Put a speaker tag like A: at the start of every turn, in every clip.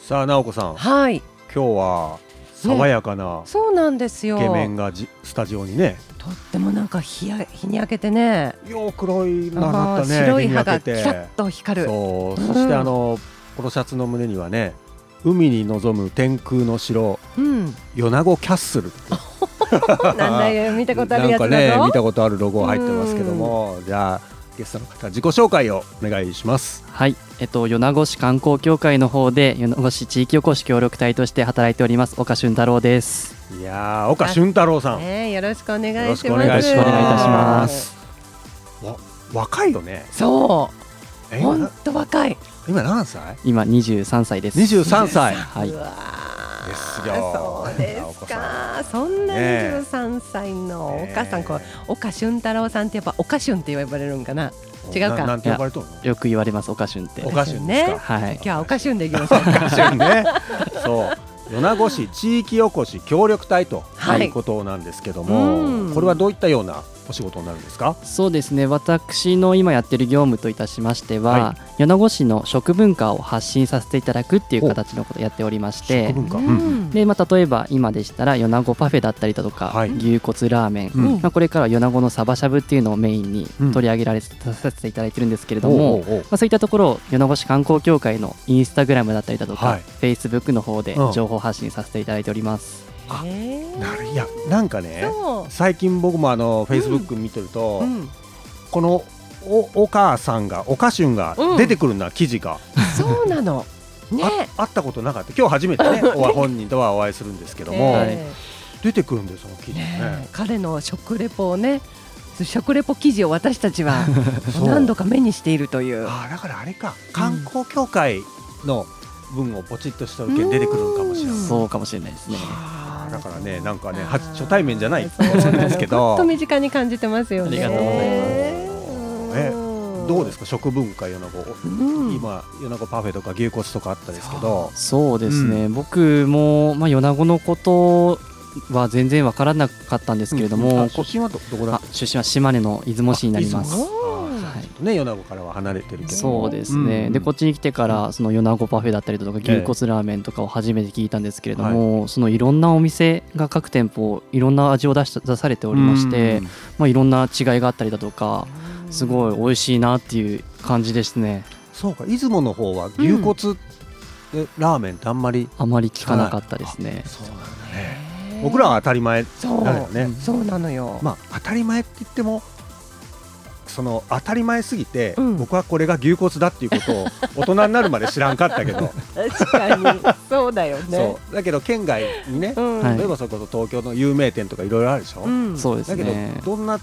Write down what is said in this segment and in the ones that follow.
A: さあ直子さん
B: はい、
A: 今日は爽やかな
B: そうなんです
A: イ
B: よ。
A: ケメンがじスタジオにね
B: とってもなんか日や日に焼けてね、
A: よう黒いなな
B: あ
A: った
B: ー
A: ね
B: 白い
A: 日に
B: 歯
A: 焼
B: が
A: けて
B: キラッと光る。
A: そう
B: うん
A: そしてあの、ポロシャツの胸にはね海に望む天空の城
B: うん、
A: 米子キャッスル見
B: なんだよ見たことあるやつだぞ。
A: なんかね見たことあるロゴ入ってますけどもじゃあゲストの方自己紹介をお願いします
C: はい、えっと、米子市観光協会の方で米子市地域おこし協力隊として働いております岡俊太郎です
A: いやー岡俊太郎さん、
B: ねよろしくお願いします。
A: よろしくお願いし。
C: よろしくお願いいたします
A: わ若いよね
B: そ
A: え
B: う、ほ
A: 今
B: ん
A: な
B: と若い。、
A: 今何歳
C: 今23歳です
A: 23歳
C: はいう
B: わー
A: ですよ
B: そうですか。そんな
A: ねえ
B: 23歳のお母さん、こう
A: ね
B: 岡俊太郎さんってやっぱ岡俊って呼ばれるんかな。
A: え
B: 違うか
A: ななんて呼ばれとるの
C: よく言われます岡俊って
A: おかしいんですか、
B: ね
C: は
B: 今
C: い
B: 日は岡俊でいきましょう
A: お。かしいねそう米子市地域おこし協力隊と
B: はい
A: いうことなんですけども、
B: うん
A: これはどういったようなお仕事になるんですか
C: そうですね私の今やってる業務といたしましては、
A: は
C: 米子市の食文化を発信させていただくっていう形のことをやっておりまして
A: 食文化、
B: う
A: うん
B: ん
C: で、まあ、例えば今でしたら米子パフェだったりだとか、
A: はい
C: 牛骨ラーメン、
A: うん
C: まあ、これからは米子のサバしゃぶっていうのをメインに取り上げられさせていただいてるんですけれども、
A: おうおうおう
C: まあ、そういったところを米子市観光協会のインスタグラムだったりだと
A: は
C: か、
A: い
C: フェイスブックの方で
A: うん
C: 情報発信させていただいております。
A: あ
B: へー
A: なるいやなんかね
B: そう。
A: 最近僕もあのフェイスブック見てると、
B: うん、
A: このおお母さんがおかしゅんが
B: うん
A: 出てくるな、記事が
B: そう なの。ね。
A: 会ったことなかった今日初めて ねお本人とはお会いするんですけども、
C: はい
B: ね
A: 出てくるんですその記事がね
B: ね彼の食レポをね、食レポ記事を私たちは
A: そう
B: 何度か目にしているという。
A: ああだからあれか観光協会の分をポチッとしたけん出てくるのかもしれない、
B: うん
C: そうかもしれないですね。
A: あーだからねなんかね
B: あー
A: 初初対面じゃない
B: そうなの
A: そうですけど
B: ほんと身近に感じてますよね。
C: ありがとうございます
A: えどうですすか食文化米子、
B: うん
A: 今米子パフェとか牛骨とかあったですけど
C: そうですね、僕も、まあ、米子のことは全然わからなかったんですけれども、
A: うんあ
C: こ
A: 出身はどどこだ
C: あ出身は島根の出雲市になりま
A: あ出
C: す。
A: 雲あー
C: はい
A: ね米子からは離れてるけど
C: そうですね、
A: うん
C: でこっちに来てからその米子パフェだったりだとか牛骨ラーメンとかを初めて聞いたんですけれども、そのいろんなお店が各店舗いろんな味を出し出されておりまして、
A: うん
C: まあ、いろんな違いがあったりだとかすごい美味しいなっていう感じですね
A: そうか出雲の方は牛骨でラーメンってあんまり、
C: あまり聞かなかったですね
A: そうなんだ
B: へ
A: ね
B: ー
A: 僕らは当たり前
B: そう
A: だよね、
B: そうなのよ。
A: まあ、当たり前って言ってもその当たり前すぎて、
B: うん
A: 僕はこれが牛骨だっていうこと を大人になるまで知らんかったけど、
B: 確かにそうだよね
A: そ。うだけど県外にね、
B: うん
C: はい
A: 例えばそれこそ東京の有名店とかいろいろあるでしょ、
B: うん
C: そうです
A: だけど、
C: ね
A: どんな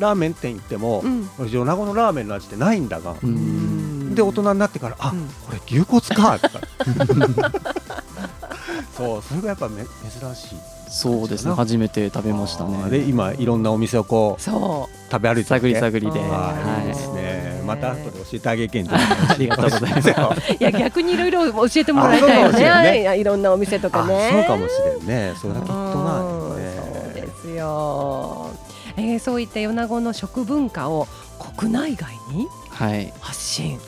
A: ラーメン店行っても
B: う、ん
A: 俺米子のラーメンの味ってないんだが、
C: う
B: うんん
A: で大人になってからあ、
B: うん
A: これ牛骨か とかそうそれがやっぱめ珍しい
C: そうです
A: そ
C: ね
A: うで
C: 初めて食べました
A: あー
C: ね
A: で今いろんなお店をこう
B: そ
A: 食べ歩いてて
C: 探り探りで、
A: は
B: あー
A: い、いいで
C: はい
A: す
B: は
A: ね
B: い。
A: また後で教えてあげけんじゃ
C: ありがとうございます
A: す。
B: ういや逆にいろいろ教えてもらいたいよ
A: あそうかもしれん
B: ね
A: ね
B: いやいろんなお店とか
A: あ、
B: ね
A: そうかもしれんね。それだけきっと
B: う
A: なん
B: そう
A: いよ
B: で
A: ね。
B: すよ、えー、そういった米子の食文化を国内外に
C: はい
B: 発信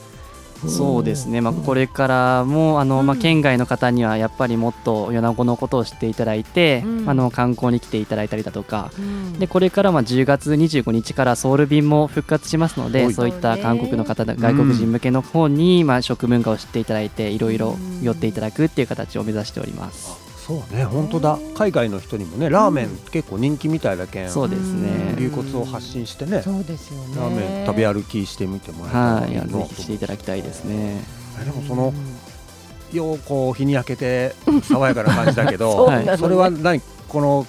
C: そうですね、まあ、
B: うん
C: これからもあの、まあ、
B: うん
C: 県外の方にはやっぱりもっと米子のことを知っていただいて、
B: うん
C: あの観光に来ていただいたりだとか
B: うん
C: でこれからまあ10月25日からソウル便も復活しますの
A: は
C: で
A: い
C: そういった韓国の方だ
A: ん
C: 外国人向けの方にまあ食文化を知っていただいていろいろ
B: うん
C: 寄っていただくっていう形を目指しております。
A: そうね、本当だ。海外の人にもね、ラーメン結構人気みたいだけん。
C: そうです
B: うん
C: ね
A: 牛骨を発信してね。
B: そうですよね
A: ラーメン食べ歩きしてみてもらえたら
C: はい
A: い
C: い
A: な
C: や
A: と
C: ぜ
A: 思う
C: ひしていただきたいですね。
A: えでもそのようこう日に焼けて爽やかな感じだけ
B: そう
A: ど、
C: なのね
A: はいそれは何この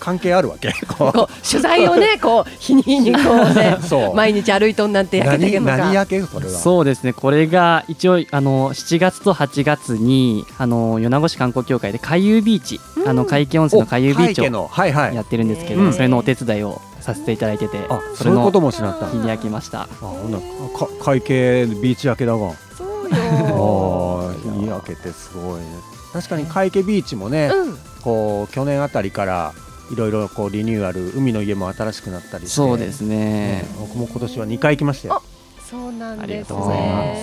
A: 関係あるわけ？こ
B: こう取材 をねこう日に日にこうね
A: う そう。
B: 毎日歩いとんなんて焼けたけ
A: 何
B: どか
A: 何焼けそれは。
C: そうですねこれが一応あの7月と8月にあの米子市観光協会で海遊ビーチ、
B: うん
C: あの海域温泉
A: お
C: の海遊ビーチ
A: 海家
C: を
A: のはいはい
C: や。ってるんですけ
A: うん
C: どそれのお手伝いをさせていただいてて
A: あ、
C: そ
A: そ
C: れ
A: ういうこと
C: の
A: もしなった。
C: 日に焼きました。
A: あ、ほんならか会計ビーチ明けだが。
B: そう
A: あ
B: よ
A: あ、日に焼けてすごいね。確かに会計ビーチもね、
B: うん
A: こう去年あたりからいろいろこうリニューアル、海の家も新しくなったりして。
C: そうですね
A: ね。僕も今年は2回行きましたよ。
B: そうなんですね
C: ありがとうございます
A: いいいい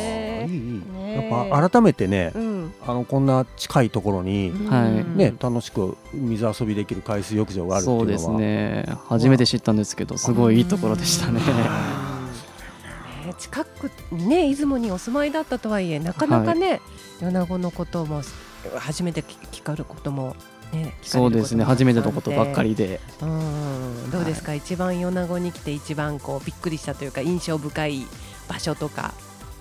B: ねえ
A: やっぱ改めてね、
B: うん、
A: ああのこんな近いところに、
C: は
B: う
C: い
B: ん
A: ね、楽しく水遊びできる海水浴場があるってい
C: そううで
A: の
C: す
A: は、
C: ね初めて知ったんですけどすごいいいところでした ね
B: ね近くにね出雲にお住まいだったとはいえなかなかね、米子のことも初めて聞かれることもね聞かれることも
C: そうですね初めてのことばっかりで
B: うんどうですか、一番米子に来て一番こうびっくりしたというか印象深い場所とか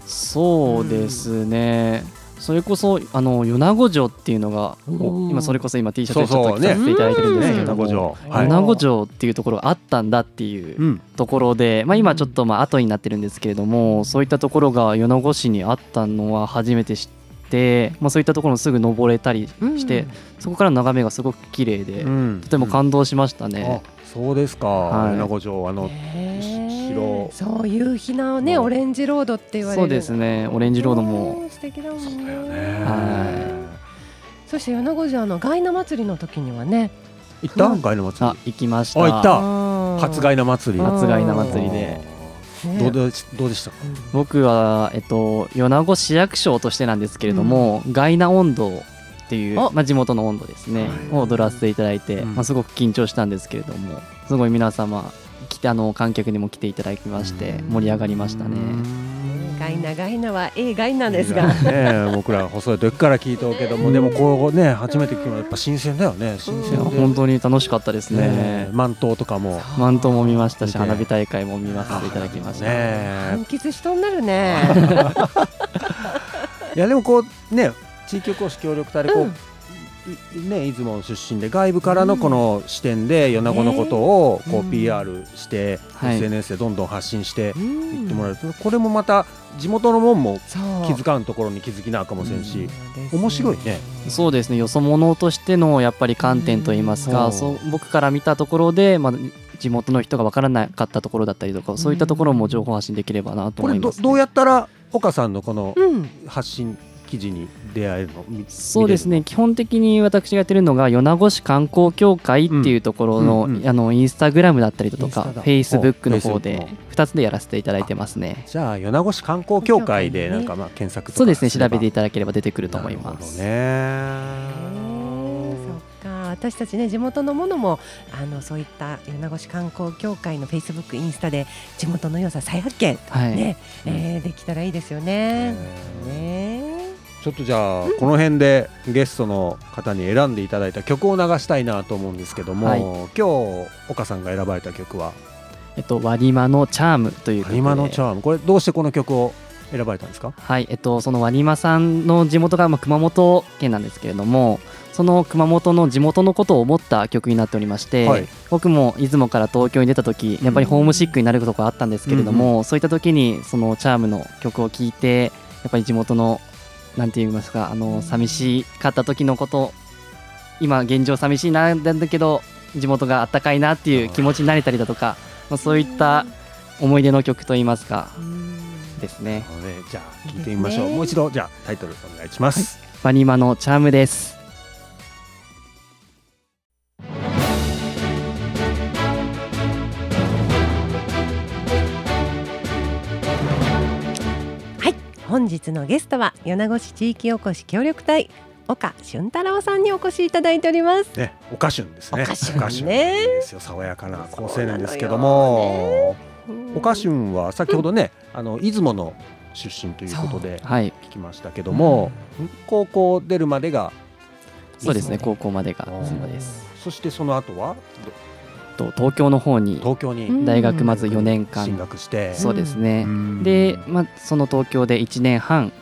C: そうですね、それこそあの米子城っていうのが、
B: うん
C: 今それこそ今 T シャ
A: そう
C: ツちょっ
A: そ
C: と
A: う
C: 着させていただいてるんですけ
A: ね米
C: ども、
A: 子城
B: はい
C: 米子城っていうところがあったんだっていう
A: うん
C: ところで、まあ、今ちょっとまあ後になってるんですけれどもそういったところが米子市にあったのは初めて知って、まあ、そういったところもすぐ登れたりして、そこからの眺めがすごく綺麗で、
A: うん
C: とても感動しました
A: あ
C: ね。
A: そうですか、
C: はい
A: 米子城あの、
B: へ
A: し白
B: ーそう夕日のね
A: もう
B: オレンジロードって言われる
C: そうですねオレンジロードも
B: ねえ素敵だもんね
C: は
B: そして米子城のガイナ祭りの時にはね
A: い、行ったんかいの祭
C: あ
A: り
C: 行きまし
A: あ行ったた初
B: 初
A: ガイナ祭り
B: 初
C: ガイナ祭りで
A: どうでしどうでしたか
C: 僕は、えっと、米子市役所としてなんですけれども、ガイナ音頭っていう、
B: あ
C: まあ、地元の音頭ですね、
A: はい
C: を踊らせていただいて、
A: うん
C: まあ、すごく緊張したんですけれどもすごい皆様来てあの観客にも来ていただきまして盛り上がりましたね。
B: ガイナガイナは A ガイナです
A: い
B: が
A: いね僕ら細い時から聞いておけどもでもこうね初めて聞くのはやっぱ新鮮だよね新
C: いや
A: 鮮で
C: 本当に楽しかったです
A: ね
C: ね。
A: 満頭とかも
C: マントも見ました
A: 見
C: して花火大会も見ませていただきました。
A: ね
B: 満喫しとんなるね
A: いやでもこうね地域おこし協力隊でこう、
B: うん
A: いね、出雲出身で外部からのこの視点で米子のことをこう
B: う
A: ん PR して、
C: はい
A: SNS でどんどん発信していってもら
B: う
A: えると、これもまた地元のもんも
B: そう
A: 気づかんところに気づきなあかもせんし、
B: そう
A: 面白いね。
C: そうですねよそ者としてのやっぱり観点といいますか、
A: うん
C: そう僕から見たところで、まあ、地元の人が分からなかったところだったりとかそういったところも情報発信できればなと
A: こ
C: 思
A: れ
C: い
A: ど
C: ますね、
A: どうやったら岡さんのこの
B: うん
A: 発信記事に出会えるのみ
C: そうです
A: 見
C: ね基本的に私がやってるのが米子市観光協会っていうところの,、
A: うんうんうん
C: あのインスタグラムだったりだと
A: イン
C: か
A: スタ
C: フ
A: だ
C: ェイスブックの方
A: ほ
C: で
A: う Facebook の
C: 2つでやらせていただいてますね
A: じゃあ米子市観光協会でなんかまあ検索とか
C: そうですね調
A: れば
C: べていただければ出てくると思いま
A: なるほ
C: す、
A: ど
B: へ
A: ね
B: ーそっか私たちね地元のものもあのそういった米子市観光協会のフェイスブックインスタで地元の良さ再発見、
C: はい、
B: ね、
A: うん
B: えーできたらいいですよね。ね
A: ちょっとじゃあ、この辺でゲストの方に選んでいただいた曲を流したいなと思うんですけども、
C: はい
A: 今日岡さんが選ばれた曲は
C: えっと、ワニマのチャームという
A: 「ア
C: 曲で
A: ニマのチャーム」これどうしてこの曲を選ばれたんですか
C: はい、えっと、そのワニマさんの地元が、まあ、熊本県なんですけれどもその熊本の地元のことを思った曲になっておりまして、
A: はい
C: 僕も出雲から東京に出た時やっぱりホームシックになることがあったんですけれども、そういった時にそのチャームの曲を聴いてやっぱり地元のなんて言いますかあの寂しかった時のこと今現状寂しいななんだけど地元があったかいなっていう気持ちになれたりだとか、まあ、そういった思い出の曲といいますかですね。
A: あのねじゃあ聞いてみましょう、
B: いいですね
A: もう一度じゃあタイトルお願いします、
C: ワニマのチャームです
B: はい本日のゲストは米子市地域おこし協力隊岡俊太郎さんにお越しいただいております。
A: ねおかしゅんですね
B: おかしゅん
A: おかしゅん
B: ね
A: ですよ爽やかな好青年ですけども、おかしゅんは先ほどね、あの出雲の出身ということで
C: はい
A: 聞きましたけども、高校出るまでが
C: そうですね
B: 出雲
C: 高校までが
A: うん
C: そうです
A: そしてその後はど
C: と東京の方に
A: 東京に
C: 大学まず4年
A: 進
C: 間
A: 学して、
C: そうですねで、まあ、その東京で1年半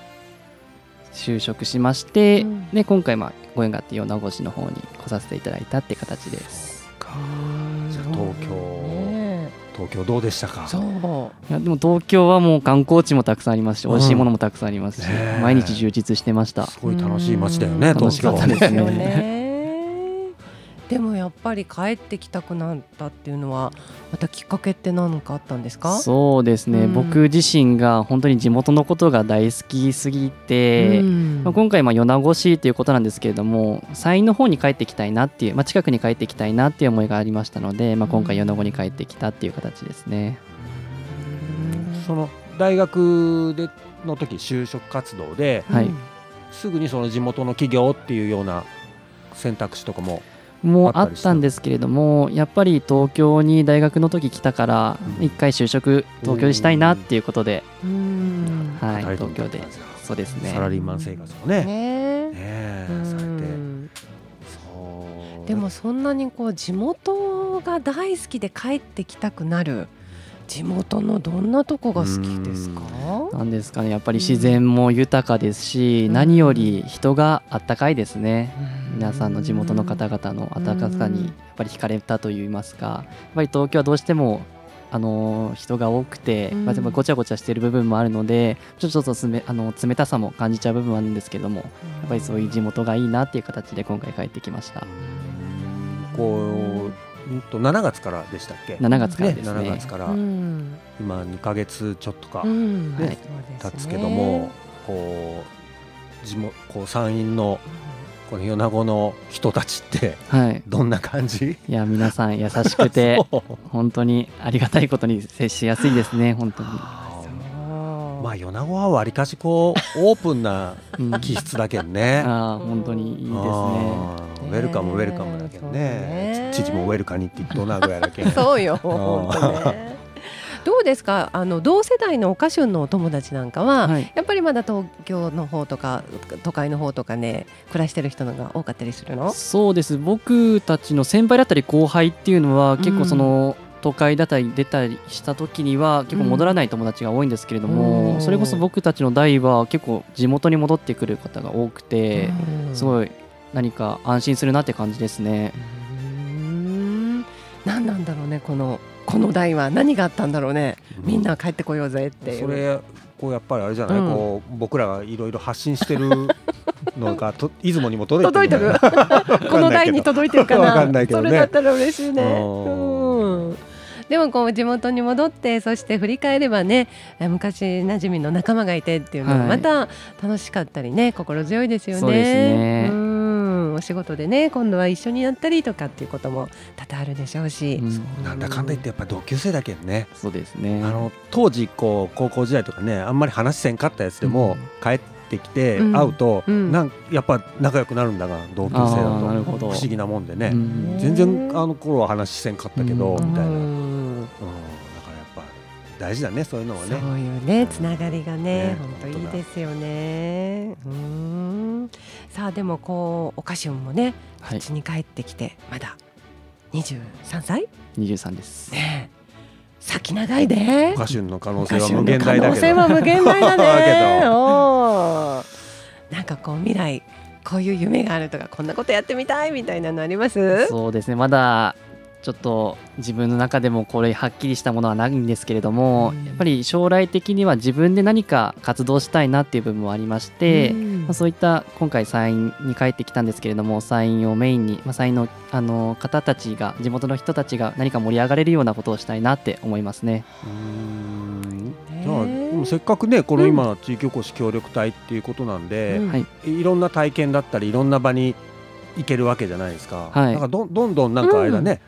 C: 就職しまして、
B: うん
C: で今回まあご縁があって米子市の方に来させていただいたって形です
B: うん
A: じゃあ東京
B: ね
A: 東京どうでしたか
B: そう
C: いやでも東京はもう観光地もたくさんありますし、
A: うん
C: 美味しいものもたくさんありますし、
A: ねえ
C: 毎日充実してました
A: すごい楽しい街だよね
B: うん
C: 楽
A: 東
C: しか
A: 京
C: ったですね
B: 楽しかったですよね でもやっぱり帰ってきたくなったっていうのはまたきっかけって何かあったんですか？
C: そうですね、
B: うん
C: 僕自身が本当に地元のことが大好きすぎて、
B: うん
C: まあ、今回まあ米子市ということなんですけれども山陰の方に帰ってきたいなっていう、まあ、近くに帰ってきたいなっていう思いがありましたので、まあ、今回米子に帰ってきたっていう形ですね。
A: その大学での時就職活動で
C: はい
B: うん
A: すぐにその地元の企業っていうような選択肢とかも
C: もうあったんですけれどもやっぱり東京に大学の時来たから
A: うん
C: 一回就職東京にしたいなっていうことで、
B: うん
C: はい
A: 働いてみ
C: 東
A: たっ
C: 京
A: て
C: で
A: 感じだ
C: そうですね
A: サラリーマン生活をねね
B: ね
A: え
B: う
A: されて
B: ん
A: そう
B: でもそんなにこう地元が大好きで帰ってきたくなる地元のどんなとこが好きですか？
C: なんですかねやっぱり自然も豊かですし、
B: うん
C: 何より人があったかいですね、
B: うん
C: 皆さんの地元の方々の温かさ
B: うん
C: にやっぱり惹かれたといいますかやっぱり東京はどうしてもあのー人が多くて、
B: うん
C: まあ、でもごちゃごちゃしている部分もあるのでちょっとちょっと冷あの冷たさも感じちゃう部分はあるんですけどもやっぱりそういう地元がいいなっていう形で今回帰ってきました
A: こううんと7月からでしたっけ
C: 7月から
A: ね
C: ですね
A: 7月から
B: うん
A: 今2ヶ月ちょっとか
B: うん
A: ね
B: はい
A: 経つけども、こう地元こう山陰のこの米子の人たちって
C: はい
A: どんな感じ
C: いや皆さん優しくて
A: そう
C: 本当にありがたいことに接しやすいですね本当に、
A: あ
B: そうです
A: ー
B: ね
A: まあ米子はわりかしこうオープンな
C: うん、あ
A: 気質だけん ね。
C: ー本当にいいですね
A: あーウェルカムウェルカムだけどね
B: ね。
A: 父もウェルカにって言っと名古屋だけん。
B: そう よ、本当ね。どうですか、あの同世代のお菓子のお友達なんかは、
C: はい
B: やっぱりまだ東京の方とか都会の方とかね暮らしてる人のが多かったりするの？
C: そうです僕たちの先輩だったり後輩っていうのは結
B: うん
C: 構その、都会だったり出たりした時には結構戻らない友達が多いんですけれども、
B: うん
C: それこそ僕たちの代は結構地元に戻ってくる方が多くて、す
B: い。
C: ごい何か安心するなって感じですね。
B: うん何なんだろうねこのこの代は何があったんだろうね。みんな帰ってこようぜっていう。
A: それこうやっぱりあれじゃない、
B: うん
A: こう僕らがいろいろ発信してるのが と出雲にも届いて
B: 届いてる
A: る。
B: この台に届いてるかな
A: わかんないけどね
B: それだったら嬉しいね。
A: うん
B: うんでもこう地元に戻ってそして振り返ればねえ昔馴染みの仲間がいてっていうのは
C: はい
B: また楽しかったりね心強いですよね。
C: そうですね
B: うんお仕事でね今度は一緒にやったりとかっていうことも多々あるでしょうし。
C: うん
A: なんだかんだ言ってやっぱ同級生だけんね。
C: そうですね。
A: あの当時こう高校時代とかねあんまり話せんかったやつでも、帰ってきて
B: うん
A: 会うと、
B: うん
A: なんやっぱ仲良くなるんだが同級生だと
C: あーなるほど
A: 不思議なもんでね、
C: うん
A: 全然あの頃は話せんかったけど、
C: うん
A: みたいな、
B: う
A: うん、だ
B: ん
A: からやっぱ大事だねそういうのはね。
B: そういうねつながりがね
A: ね
B: 本当い
A: 本
B: い
A: 当だ
B: ですよね。うんさあでもこうお菓子もね
C: はい、
B: 家に帰ってきてまだ23歳
C: 23です。
B: ねえ先長いで
A: 歌手の可能性
B: 歌
A: は
B: 手
A: 無
B: の
A: 限大だ
B: 可能
A: け
B: 性
A: ど
B: は無限 大
A: だ
B: だ
A: け
B: ね
A: ど
B: おーなんかこう未来こういう夢があるとかこんなことやってみたいみたいなのあります
C: そうですねまだちょっと自分の中でもこれはっきりしたものはないんですけれども、
B: うん
C: やっぱり将来的には自分で何か活動したいなっていう部分もありまして、
B: うん
C: まあ、そういった今回山陰に帰ってきたんですけれども山陰をメインに、まあ、山陰のあの方たちが地元の人たちが何か盛り上がれるようなことをしたいなって思いますね。
A: うーん
B: ね
A: じゃあでもせっかくねこの
B: うん
A: 今地域おこし協力隊っていうことなんで、
B: うん
C: はい
A: いろんな体験だったりいろんな場に行けるわけじゃないですか。
C: はい
A: なんかどんどんどんなんかあれだね、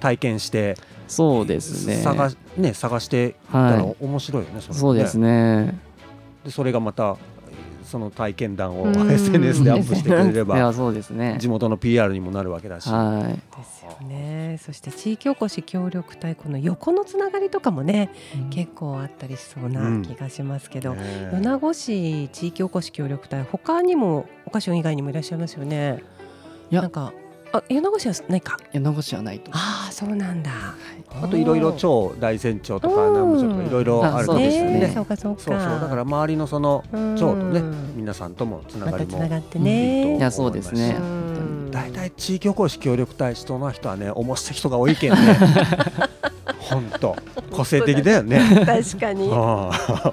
A: 体験して
C: そうですね。
A: 探しね探していったら
C: は
A: 面白いよね。
C: い、
A: れ
C: そうです
A: ね。
C: ね。
A: でそれがまたえーその体験談を
B: うん
A: SNS でアップしてくれれ
C: いや
A: ば
C: そうですね
A: 地。元の PR にもなるわけだし。
C: はい。
B: ですよねそして地域おこし協力隊この横のつながりとかもね結構あったりしそうな気がしますけど、
A: ね
B: 米子市地域おこし協力隊他にもお菓子以外にもいらっしゃいますよね。
C: いや
B: なんかあ米子市はないか。
C: いや名護市はないと。
B: ああそうなんだ。
A: あといろいろ
B: ょ
A: 超大山町と
B: う
A: か
B: ん
A: 南部町とかいろいろある
C: そ
A: ん
C: う
A: で
C: ですす
A: よ
C: ね
A: ね。
B: そうかそうか。
A: そうそうだから周りのその
B: ら
A: 町とね皆さんともつな
B: ま
A: が
B: た
A: り
B: つ
A: も
B: ながって
A: いいと
B: ね。
C: いやそうですね
B: う
C: や
B: ん
A: 大体地域おこし協力隊人の人はね面白い人が多い けんね本当個性的だよね
B: 確か に。
A: ああ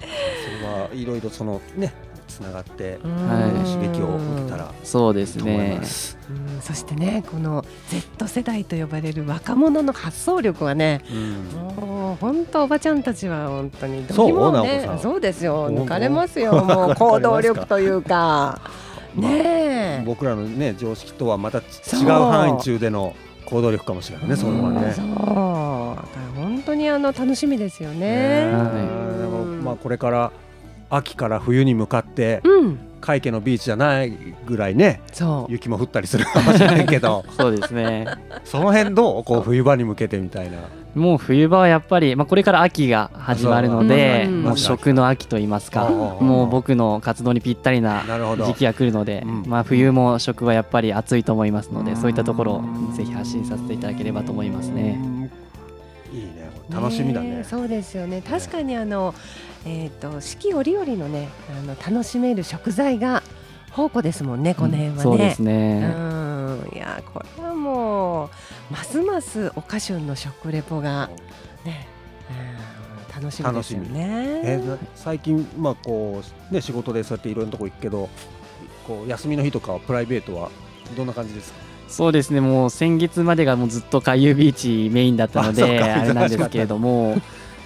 A: それはいろいろそのねつながって
C: はい
A: 刺激を受けたら
C: そう
A: い
C: で
A: い
C: す
A: と思い
C: ね
A: ま。す、
B: うんそしてねこの Z 世代と呼ばれる若者の発想力はね
A: うん
B: もう本当おばちゃんたちは本当に
A: そう
B: どぎもね
A: 直子さん
B: そうですよ
A: 本当
B: 抜かれますよもう行動力というか
A: まあ
B: ねえ
A: 僕らのね常識とはまたち
B: そう
A: 違う範囲中での行動力かもしれないねそれはね
B: そうだから本当にあの楽しみですよ
A: ね
B: ね
A: え
C: はい
A: でもまあこれから秋から冬に向かって
B: うん
A: 海家のビーチじゃないぐらいね
B: そう
A: 雪も降ったりする かもしれないけど
C: そうですね
A: その辺どうこう冬場に向けてみたいな
C: もう冬場はやっぱり、まあ、これから秋が始まるので、
B: そううん
C: もう食の秋といいますか、
A: うん
C: もう僕の活動にぴったりな
A: なるほど
C: 時期が来るので、
A: うん
C: まあ、冬も食はやっぱり暑いと思いますので、
A: うん
C: そういったところをぜひ発信させていただければと思いますね。
A: いいね楽しみだね
B: えそうですよね。確かにあの、えっ、と四季折々のね、あの楽しめる食材が宝庫ですもんね。この辺はね。
C: そうです
B: う
C: ね、
B: ん、いやこれはもうますますおかしゅんの食レポがね、うん楽しみですよね。。
A: えな最近まあこうね仕事でそうやっていろんなとこ行くけどこう休みの日とかはプライベートはどんな感じですか
C: そうですねもう先月までがもうずっと海遊ビーチメインだったの
A: あそう
C: で
A: か
C: あれなんですけれど も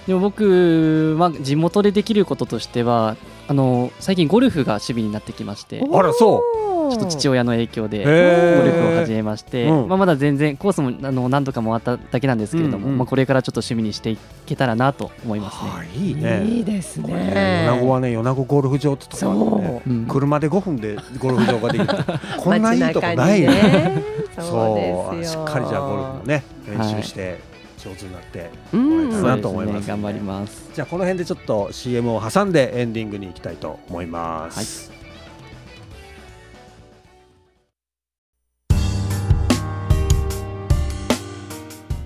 C: でも僕、まあ、地元でできることとしてはあの最近ゴルフが趣味になってきまして
A: あらそう
C: ちょっと父親の影響で
A: へー
C: ゴルフを始めまして、
A: うん
C: まあ、まだ全然コースもあの何度か回っただけなんですけれども、
A: うんうん
C: まあ、これからちょっと趣味にしていけたらなと思いますね。
A: あいい
B: い
A: ね
B: いです
A: これね
B: ね。
A: 米子はね米子ゴルフ場ってとこある
B: そ
A: ね
C: ううん
A: 車で5分でゴルフ場ができるこんないいとこないね
B: 街中にね。そう
A: そう
B: ですよ。
A: しっかりじゃあゴルフもね練習して上手になってもらえた
C: そう
A: ら
C: で
A: なと思います
C: ね、頑張ります。
A: じゃあこの辺でちょっと CM を挟んでエンディングに行きたいと思います、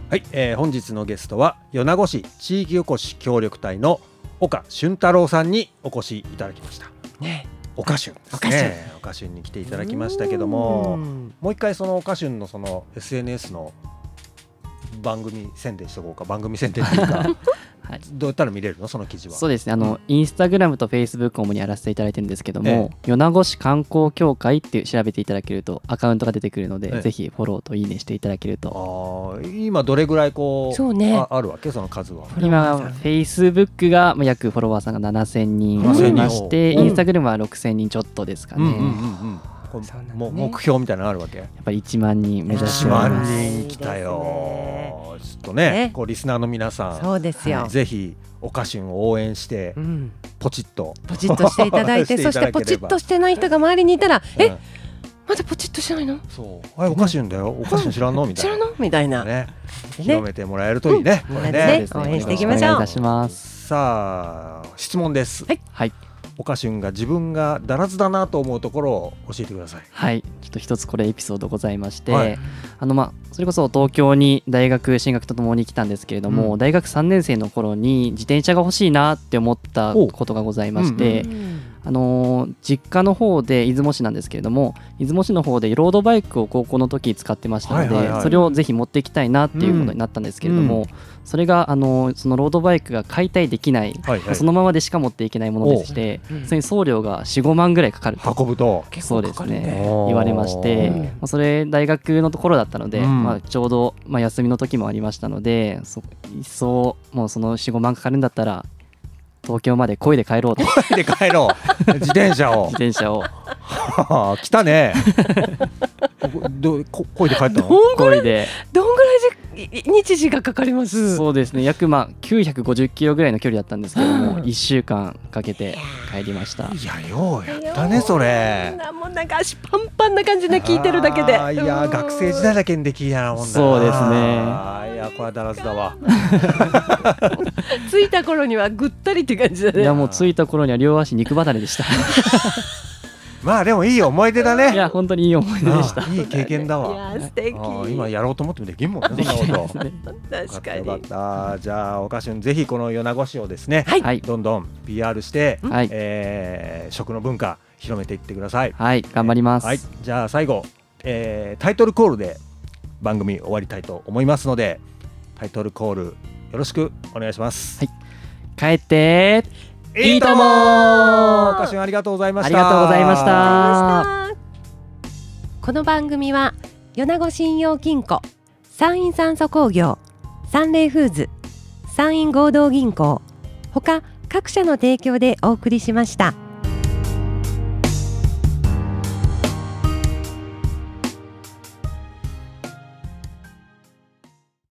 A: はいえー本日のゲストは米子市地域おこし協力隊の岡俊太郎さんにお越しいただきました
B: ね。
A: 岡俊です
B: 岡俊
A: ね岡俊に来ていただきましたけども
B: うん
A: もう一回その岡俊のその SNS の番組宣伝しとこうか番組宣伝って いうか
C: はい、
A: どうやったら見れるのその記事は
C: そうですねあの、インスタグラムとフェイスブックを主にやらせていただいてるんですけども、米子市観光協会っていう調べていただけるとアカウントが出てくるので、
A: ええ
C: ぜひフォローといいねしていただけると
A: あー今どれぐらいこう
B: そうね
A: ああるわけその数は。
C: 今、フェイスブックがまあ約フォロワーさんが7000人
A: 7000人
C: いまして、
A: うん
C: インスタグラムは6000人ちょっとですかね、や
A: んこ
B: そうなんだね
A: も目標みたいなのあるわけ。
C: っぱり1万人目指して
A: 1
C: おり
A: 万
C: ます。
A: 人来たよ。ちょっとね
B: ね
A: こうリスナーの皆さん、
B: そうですよ。
A: ぜひおかしゅんを応援して
B: うん。
A: ポチッと。
B: ポチッとしていた だいて
A: してい
B: そ
A: ただければ
B: してポチッとしてない人が周りにいたら、え
A: うん
B: まだポチッとしてないの
A: そうあれおかしゅんだよおかしゅん知らんのみた
B: 知
A: い
B: ら
A: な。
B: んのみたいな、
A: ね
B: ね
A: 広めてもらえるといいね。
B: うん
A: これ
B: みんなでね
C: そうです
B: 応援していきましょう
C: お願いいたします。
A: さあ質問です。
B: はい
C: はい。
A: おかしゅんが自分がだらずだなと思うところを教えてください。
C: はい、ちょっと一つこれエピソードございまして、
A: はい
C: あのまあそれこそ東京に大学進学とともに来たんですけれども、
A: うん
C: 大学3年生の頃に自転車が欲しいなって思った
A: お
C: ことがございまして、
B: うん
C: あのー実家の方で出雲市なんですけれども出雲市の方でロードバイクを高校の時使ってましたの
A: は
C: で、
A: いはいはい
C: それをぜひ持っていきたいなっていうことになったんですけれども、
A: う
C: それが、あのーそのロードバイクが解体できない、
A: はいはい
C: そのままでしか持っていけないものでして、
B: うん
C: それに送料が45万ぐらいかかると
A: 運ぶと
B: 結
C: そ
B: 構
C: うで
B: かか
C: す
B: るね
C: ね
A: おー
C: 言われまして、
B: うん
C: まあ、それ大学のところだったので、
A: うん
C: まあ、ちょうど、まあ、休みの時もありましたのでそ一層もうその45万かかるんだったら東京まで漕いで帰ろうと自
A: で帰ろう自転車 を
C: 転車を
A: 来たねどうこ漕いで帰ったの
B: どんぐらい
C: 漕いで
B: どんぐらいじい日時がかかります
C: そうですね約まあ950キロぐらいの距離だったんですけども
B: うん
C: 1週間かけて帰りました
A: いやようや
B: だ
A: ったねそれ
B: もうなんか足パンパンな感じで聞いてるだけで
A: あーいや
B: うん
A: 学生時代だけにできるやなもんだな
C: そうですね
A: あーいやこれはだらずだわ
B: 着いた頃にはぐったりって感じだ
C: い
B: ね
C: やもう着いた頃には両足肉離れでした
A: まあでもいい思い出だね
C: いや本当にいい思い出でした
A: うんいい経験だ
B: い
A: わ
B: や素
A: あ
B: 敵
A: ー今やろうと思ってもできんもん ねそんなこと
B: 確か
A: よ
B: に
A: かったよかったじゃあおかしゅんぜひこの米子市をですね、
B: はい
C: はい
A: どんどん PR して、
C: はい、
A: えー食の文化広めていってください
C: はい、頑張ります、
A: はい、じゃあ最後、えータイトルコールで番組終わりたいと思いますのでタイトルコールよろしくお願いします。
C: は帰っていいとも
A: 岡俊ありがとうございました。
C: ありがとうございました
B: ありがとうございましたこの番組は米子信用金庫山陰酸素工業サンレイフーズ山陰合同銀行ほか各社の提供でお送りしました。